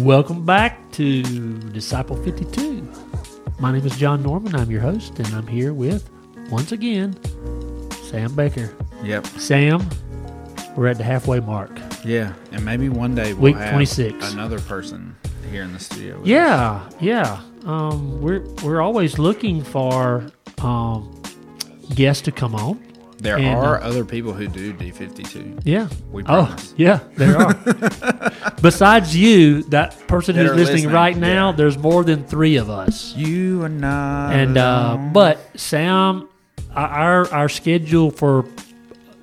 Welcome back to Disciple 52. My name is John Norman. I'm your host, and I'm here with, once again, Sam Baker. Yep. Sam, we're at the halfway mark. Yeah. And maybe one day we'll Week have 26. another person here in the studio. with us. Yeah, yeah. Um, we're we're always looking for um, guests to come on. There And, uh, are other people who do D52. Yeah. We Oh, promise. yeah, there are. Besides you, that person That who's are listening, listening, right now, yeah. there's more than three of us. You are not. and uh, alone. but Sam, our- our our schedule for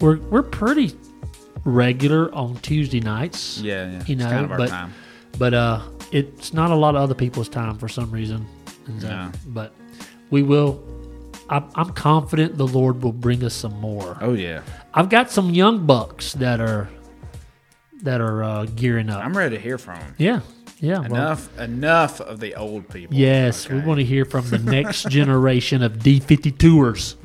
we're we're pretty regular on Tuesday nights. Yeah, yeah. you know, it's kind of our but time. but uh, it's not a lot of other people's time for some reason. And so- No. But we will. I'm, I'm confident the Lord will bring us some more. Oh, yeah. I've got some young bucks that are that are uh, gearing up. I'm ready to hear from them. yeah, yeah. well, Enough, enough of the old people. yes, we Okay. want to hear from the next generation of D52ers.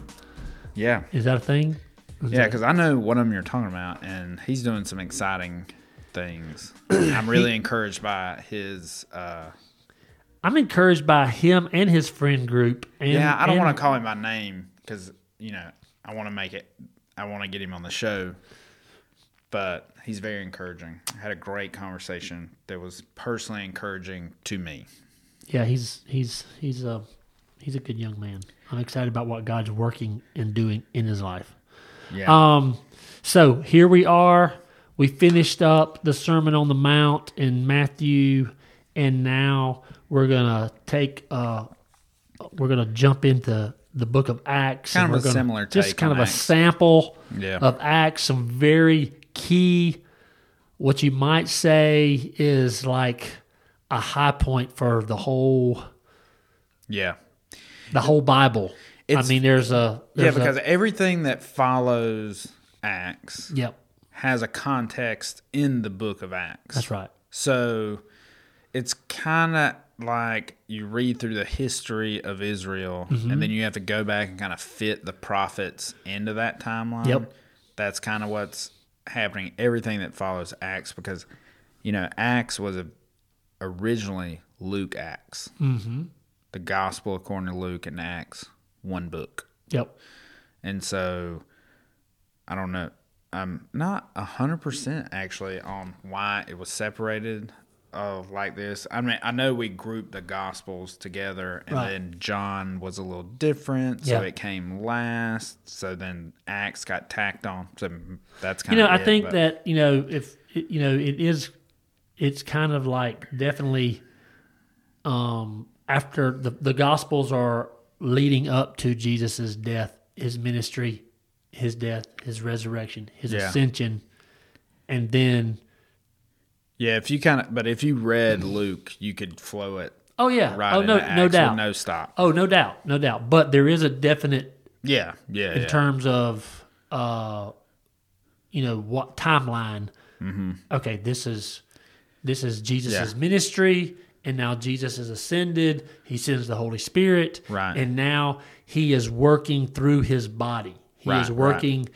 Yeah. Is that a thing? Is Yeah, that- because I know one of them you're talking about, and he's doing some exciting things. I'm really encouraged by his. Uh, I'm encouraged by him and his friend group. And, yeah, I don't want to call him by name because you know I want to make it. I want to get him on the show, but he's very encouraging. I had a great conversation that was personally encouraging to me. Yeah, he's he's he's a he's a good young man. I'm excited about what God's working and doing in his life. Yeah, Um, so here we are. We finished up the Sermon on the Mount in Matthew, and now we're gonna take uh, we're gonna jump into the Book of Acts. Kind and of we're a gonna- similar just take kind on of Acts. a sample Yeah. of Acts. Some very key, what you might say is like a high point for the whole yeah, the whole Bible. I It's- mean, there's a yeah. there's Because a, everything that follows Acts yep, has a context in the Book of Acts. that's right. So it's kind of like you read through the history of Israel and then you have to go back and kind of fit the prophets into that timeline. Yep. That's kind of what's happening. Everything that follows Acts because, you know, Acts was a, originally Luke Acts. Mm-hmm. The Gospel according to Luke and Acts, one book. Yep. And so I don't know. I'm not 100% actually on why it was separated uh, like this. I mean, I know we grouped the Gospels together and Right. then John was a little different. So Yeah. it came last. So then Acts got tacked on. So that's you kind know of i think that you know if you know it is it's kind of like definitely um after the the gospels are leading up to jesus's death his ministry his death his resurrection his Yeah. ascension and then Yeah, if you kind of, but if you read Luke, you could flow it oh yeah right oh no into Acts no with doubt no stop. oh no doubt no doubt but there is a definite Yeah, yeah, in yeah. terms of uh you know what timeline okay this is this is jesus' Mm-hmm. Yeah. ministry and now jesus is ascended he sends the holy spirit Right. and now he is working through his body he Right, is right. working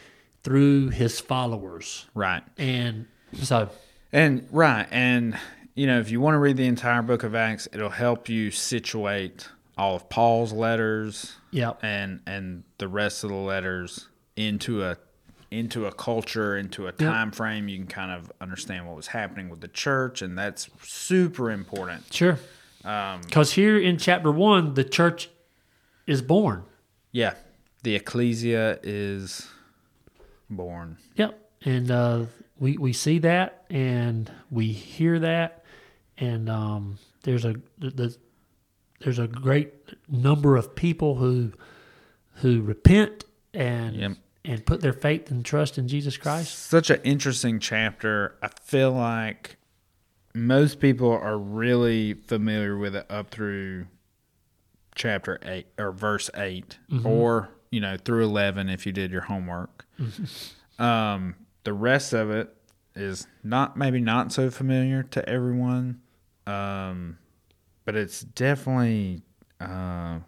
through his followers right. and so And right, and you know, if you want to read the entire book of Acts, it'll help you situate all of Paul's letters yeah and and the rest of the letters into a into a culture, into a time frame. You can kind of understand what was happening with the church, and that's super important. sure Um, because here in chapter one the church is born Yeah, the ecclesia is born. Yep. And uh, we we see that and we hear that and um, there's a the, the, there's a great number of people who who repent and Yep. and put their faith and trust in Jesus Christ. such an interesting chapter. I feel like most people are really familiar with it up through chapter 8 or verse 8 or, you know, through 11 if you did your homework. um, the rest of it is not maybe not so familiar to everyone. Um, but it's definitely uh,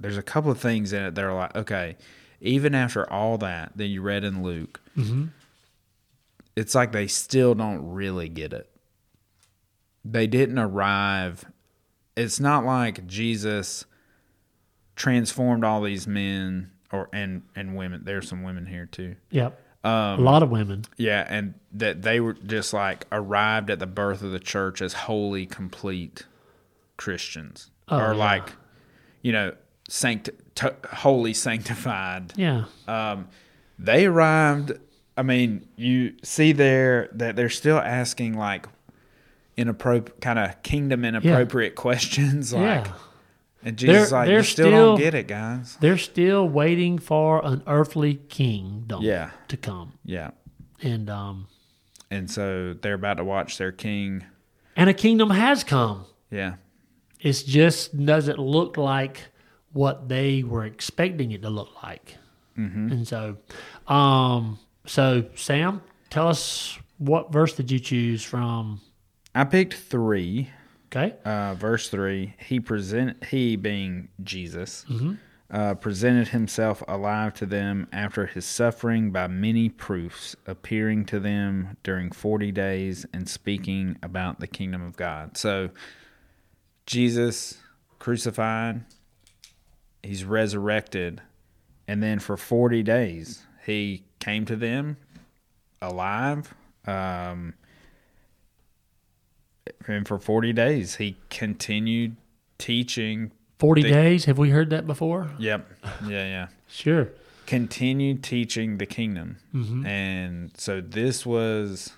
there's a couple of things in it that are like okay even after all that that you read in luke it's like they still don't really get it they didn't arrive. It's not like Jesus transformed all these men or and and women. There's some women here too. Yep. Um, a lot of women. Yeah, and that they were just like arrived at the birth of the church as wholly complete Christians, Oh, or yeah. like, you know, sanct t- wholly sanctified. Yeah. Um, they arrived. I mean, you see there that they're still asking like inappropriate kind of kingdom inappropriate questions. Like, yeah. and Jesus, They're- like, they're you still, still- don't get it, guys. They're still waiting for an earthly kingdom Yeah. to come. Yeah, And um and so they're about to watch their king. and a kingdom has come. Yeah, It's just doesn't look like what they were expecting it to look like. Mm-hmm. And so, um, so Sam, tell us what verse did you choose from? I picked three. Okay, uh, verse three, he present he being Jesus uh, presented himself alive to them after his suffering by many proofs, appearing to them during forty days and speaking about the kingdom of God. So, Jesus crucified, he's resurrected, and then for forty days he came to them alive. Um, and for 40 days he continued teaching forty They- days. Have we heard that before? yep yeah yeah Sure. continued teaching the kingdom Mm-hmm. and so this was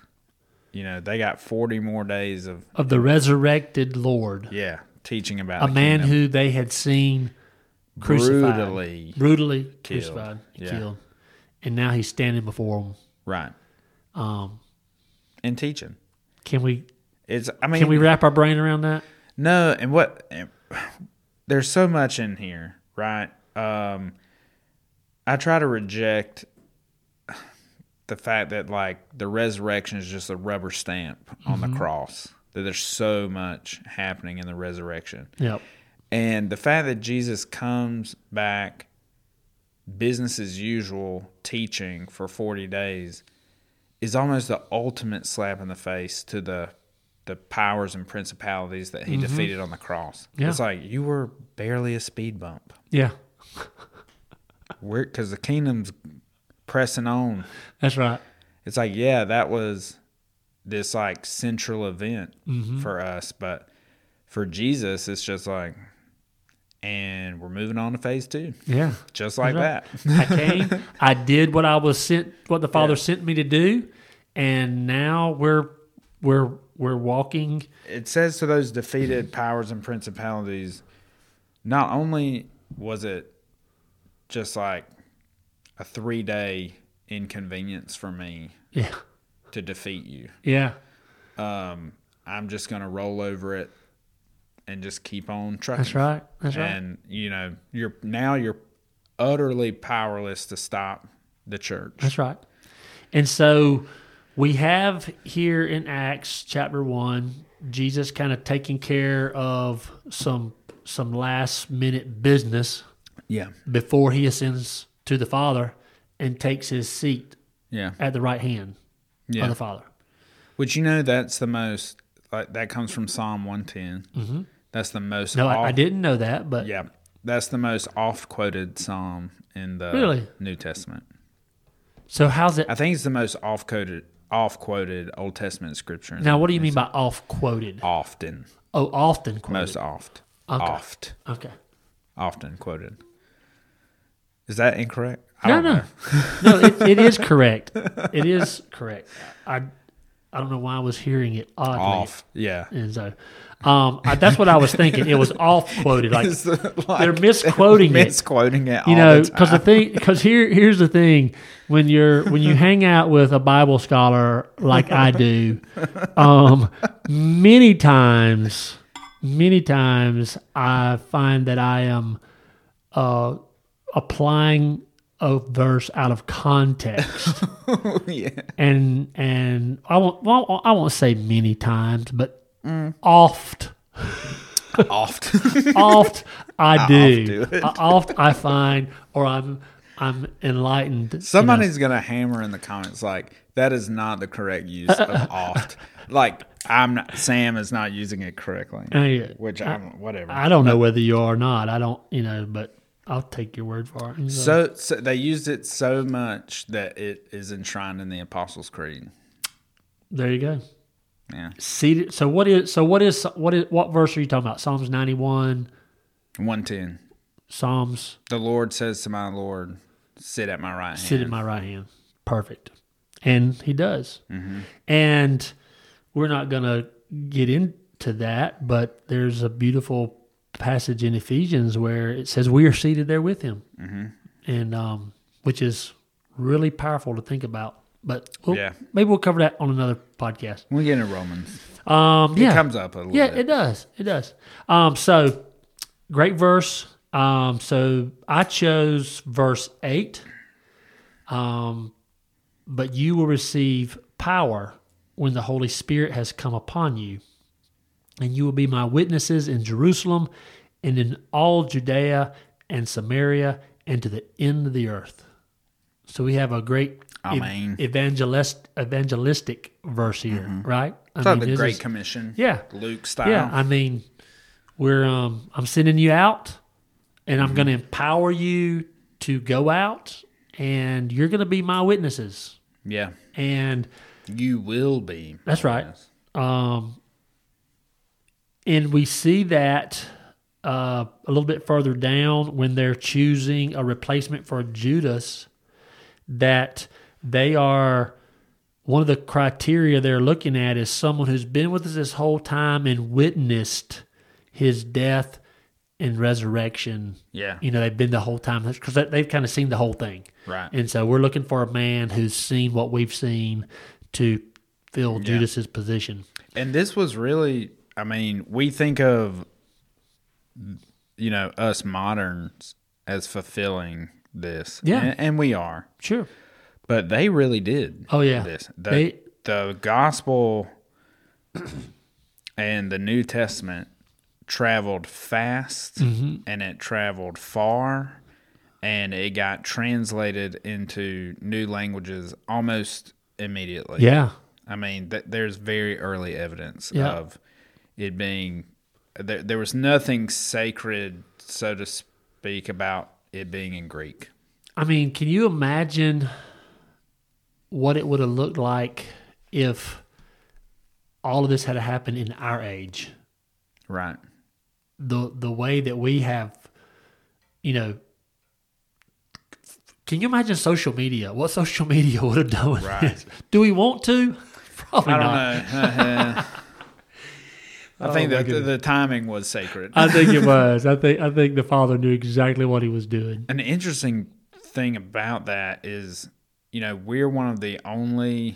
you know they got 40 more days of Of the resurrected Lord, yeah teaching about a the man kingdom. who they had seen crucified, Brutally brutally killed. crucified, and Yeah. killed, and now he's standing before them. right Um, and teaching can we it's i mean can we wrap our brain around that? No, and what and- there's so much in here, right? Um I try to reject the fact that like the resurrection is just a rubber stamp on the cross. That there's so much happening in the resurrection. Yep. And the fact that Jesus comes back business as usual teaching for 40 days is almost the ultimate slap in the face to the the powers and principalities that he defeated on the cross. Yeah. It's like you were barely a speed bump. Yeah. We're cuz the kingdom's pressing on. That's right. It's like yeah, that was this like central event for us, but for Jesus it's just like and we're moving on to phase 2. Yeah. Just like that. That's right. I came. I did what I was sent, what the Father sent me to do, and now we're we're we're walking. it says to those defeated powers and principalities, not only was it just like a three day inconvenience for me Yeah, to defeat you, yeah, um, I'm just going to roll over it and just keep on trucking. that's right, that's right. And, you know, you're now you're utterly powerless to stop the church. That's right. And so we have here in Acts chapter 1 Jesus kind of taking care of some some last minute business Yeah. before he ascends to the Father and takes his seat Yeah. at the right hand Yeah. of the Father. Which you know that's the most like that comes from Psalm 110. Mm-hmm. That's the most. No, I, I oft- didn't know that, but Yeah, that's the most oft quoted psalm in the Really? New Testament. so how's it I think it's the most off quoted off quoted Old Testament scripture. in Now, the what do you New mean by off quoted? Often, Oh, often quoted. most oft, Okay. oft, Okay. often quoted. Is that incorrect? I No, don't no, know. no. It, it is correct. It is correct. I, I don't know why I was hearing it oddly. Off, yeah. And so, um, I, that's what I was thinking. It was off quoted. Like It's like they're misquoting it. misquoting it. You all know, the because the time. thing, because here, here's the thing: when you're when you hang out with a Bible scholar like I do, um, many times, many times I find that I am uh, applying a verse out of context, yeah. and and I won't well, I won't say many times, but Mm. oft oft. oft I do. do I oft I find or I'm I'm enlightened. you know. Somebody's gonna hammer in the comments like that is not the correct use of oft. Like I'm not. Sam is not using it correctly, I, which I'm whatever. I don't know whether you are or not. I don't, you know, but I'll take your word for it. so, so they used it so much that it is enshrined in the Apostles' Creed. there you go. Yeah, Seated. So what is? So what is? What is? What verse are you talking about? Psalms ninety one. one ten. Psalms. The Lord says to my Lord, "Sit at my right hand." sit at my right hand. Mm-hmm. Perfect. And he does. And we're not going to get into that, but there's a beautiful passage in Ephesians where it says we are seated there with him. And um, which is really powerful to think about. But we'll, Yeah. maybe we'll cover that on another podcast. we get into Romans. Um, yeah. It comes up a little Yeah, bit. it does. It does. Um, so great verse. Um, so I chose verse eight. Um, but you will receive power when the Holy Spirit has come upon you, and you will be my witnesses in Jerusalem and in all Judea and Samaria and to the end of the earth. So we have a great ev- Amen. evangelist evangelistic verse here, right? I It's like the this Great is- Commission. yeah. Luke style. Yeah, I mean, we're um, I'm sending you out, and I'm going to empower you to go out, and you're going to be my witnesses. Yeah. And You will be. that's right. Um, and we see that uh, a little bit further down when they're choosing a replacement for Judas, that they are one of the criteria they're looking at is someone who's been with us this whole time and witnessed his death and resurrection. Yeah. You know, they've been the whole time because they've kind of seen the whole thing. Right. And so we're looking for a man who's seen what we've seen to fill Judas's position. And this was really, I mean, we think of, you know, us moderns as fulfilling this. Yeah. And, and we are. Sure. But they really did. Oh, yeah. This. The, They- the gospel and the New Testament traveled fast Mm-hmm. and it traveled far and it got translated into new languages almost immediately. Yeah. I mean, th- there's very early evidence Yeah. of it being there. There was nothing sacred, so to speak, about it being in Greek. I mean, can you imagine what it would have looked like if all of this had happened in our age? Right. the the way that we have, you know. Can you imagine social media? What social media would have done? with Right. this? Do we want to? Probably I don't not. Oh, know. Uh, I think my that the, goodness. Uh, the timing was sacred. I think it was. I think I think the father knew exactly what he was doing. An interesting thing about that is, you know, we're one of the only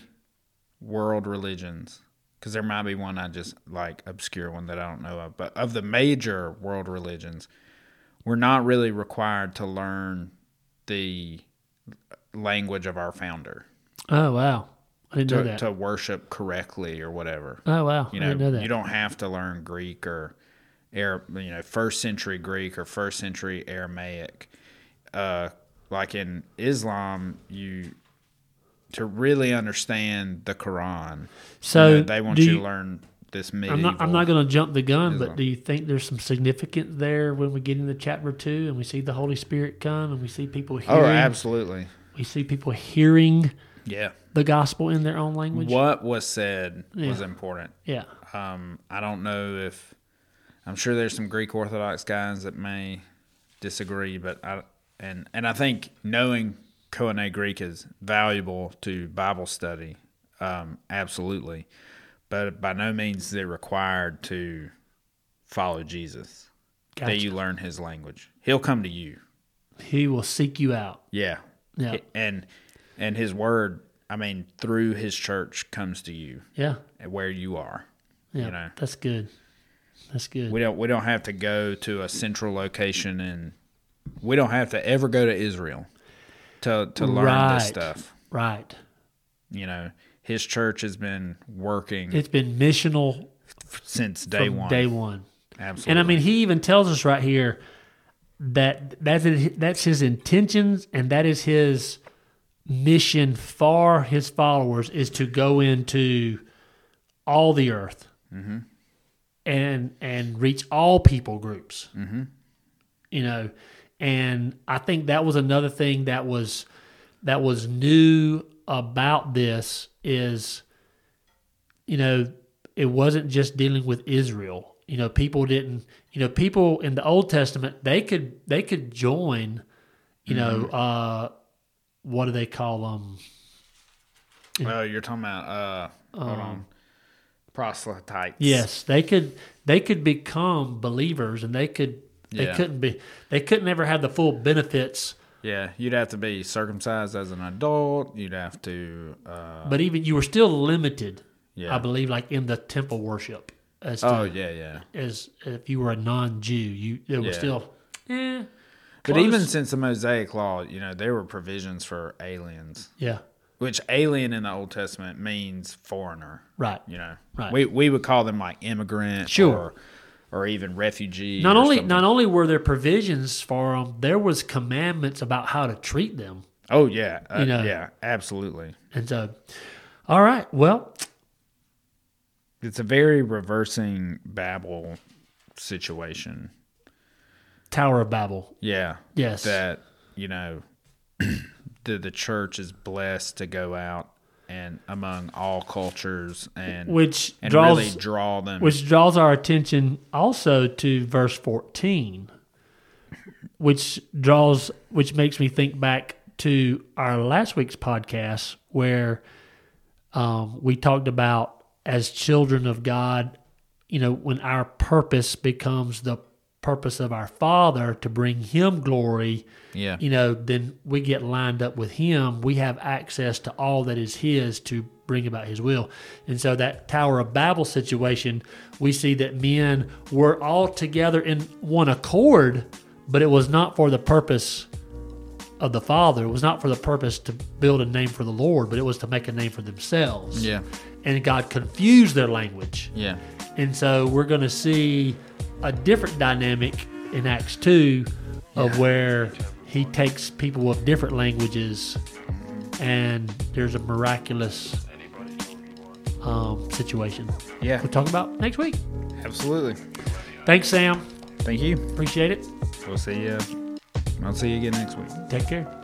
world religions because there might be one I just like obscure one that I don't know of, but of the major world religions, we're not really required to learn the language of our founder Oh wow! I didn't know to, that. to worship correctly or whatever. oh wow! I You know, didn't know that. you don't have to learn Greek or Arab, you know, first century Greek or first century Aramaic. Uh, like in Islam, you to really understand the Quran, so you know, they want do you, you, to learn this I'm medieval. not. I'm not going to jump the gun, but Islam. do you think there's some significance there when we get into chapter two and we see the Holy Spirit come and we see people oh, hearing? absolutely. We see people hearing Yeah. the gospel in their own language. What was said was Yeah. important. Yeah. Um, I don't know if I'm sure there's some Greek Orthodox guys that may disagree, but I and and I think knowing Koine Greek is valuable to Bible study, um, absolutely, but by no means they're required to follow Jesus. Gotcha. That you learn His language, He'll come to you. He will seek you out. Yeah, Yeah. and and His word, I mean, through His church comes to you Yeah. where you are. Yeah. You know. That's good. That's good. We don't we don't have to go to a central location and we don't have to ever go to Israel to to learn Right. this stuff. right. You know, his church has been working It's been missional since day day from one. day one. Absolutely. And I mean, he even tells us right here that that's it- that's his intentions and that is his mission for his followers is to go into all the earth and and reach all people groups. You know, and I think that was another thing that was that was new about this is you know, it wasn't just dealing with Israel. You know, people didn't. You know, people in the Old Testament they could they could join. You know, Mm-hmm. uh, what do they call them? Oh, you're talking about uh hold on. Proselytes. Um, Yes, they could they could become believers, and they could they Yeah. couldn't be they couldn't ever have the full benefits. Yeah. You'd have to be circumcised as an adult. You'd have to uh But even you were still limited, Yeah. I believe, like in the temple worship as to, Oh yeah, yeah. as if you were a non-Jew, you there was Yeah. still. Eh, But close. even since the Mosaic Law, you know, there were provisions for aliens. yeah, Which alien in the Old Testament means foreigner. right. You know. Right. We we would call them like immigrant Sure. or or even refugee. Not or only something. not only were there provisions for them, there was commandments about how to treat them. Oh yeah. Uh, You know. yeah, absolutely. And so, all right, well, It's a very reversing Babel situation. Tower of Babel. Yeah. Yes. That, you know, the, the church is blessed to go out and among all cultures and, Which and draws really draw them. which draws our attention also to verse 14 which draws which makes me think back to our last week's podcast where um, we talked about as children of god you know when our purpose becomes the purpose of our father to bring him glory yeah. you know then we get lined up with him we have access to all that is his to bring about his will and so that tower of babel situation we see that men were all together in one accord but it was not for the purpose of the father it was not for the purpose to build a name for the lord but it was to make a name for themselves Yeah. and god confused their language Yeah. and so we're going to see a different dynamic in Acts 2 of where he takes people of different languages and there's a miraculous um, situation. Yeah. We'll talk about next week. Absolutely. Thanks, Sam. Thank you. Appreciate it. We'll see you. I'll see you again next week. Take care.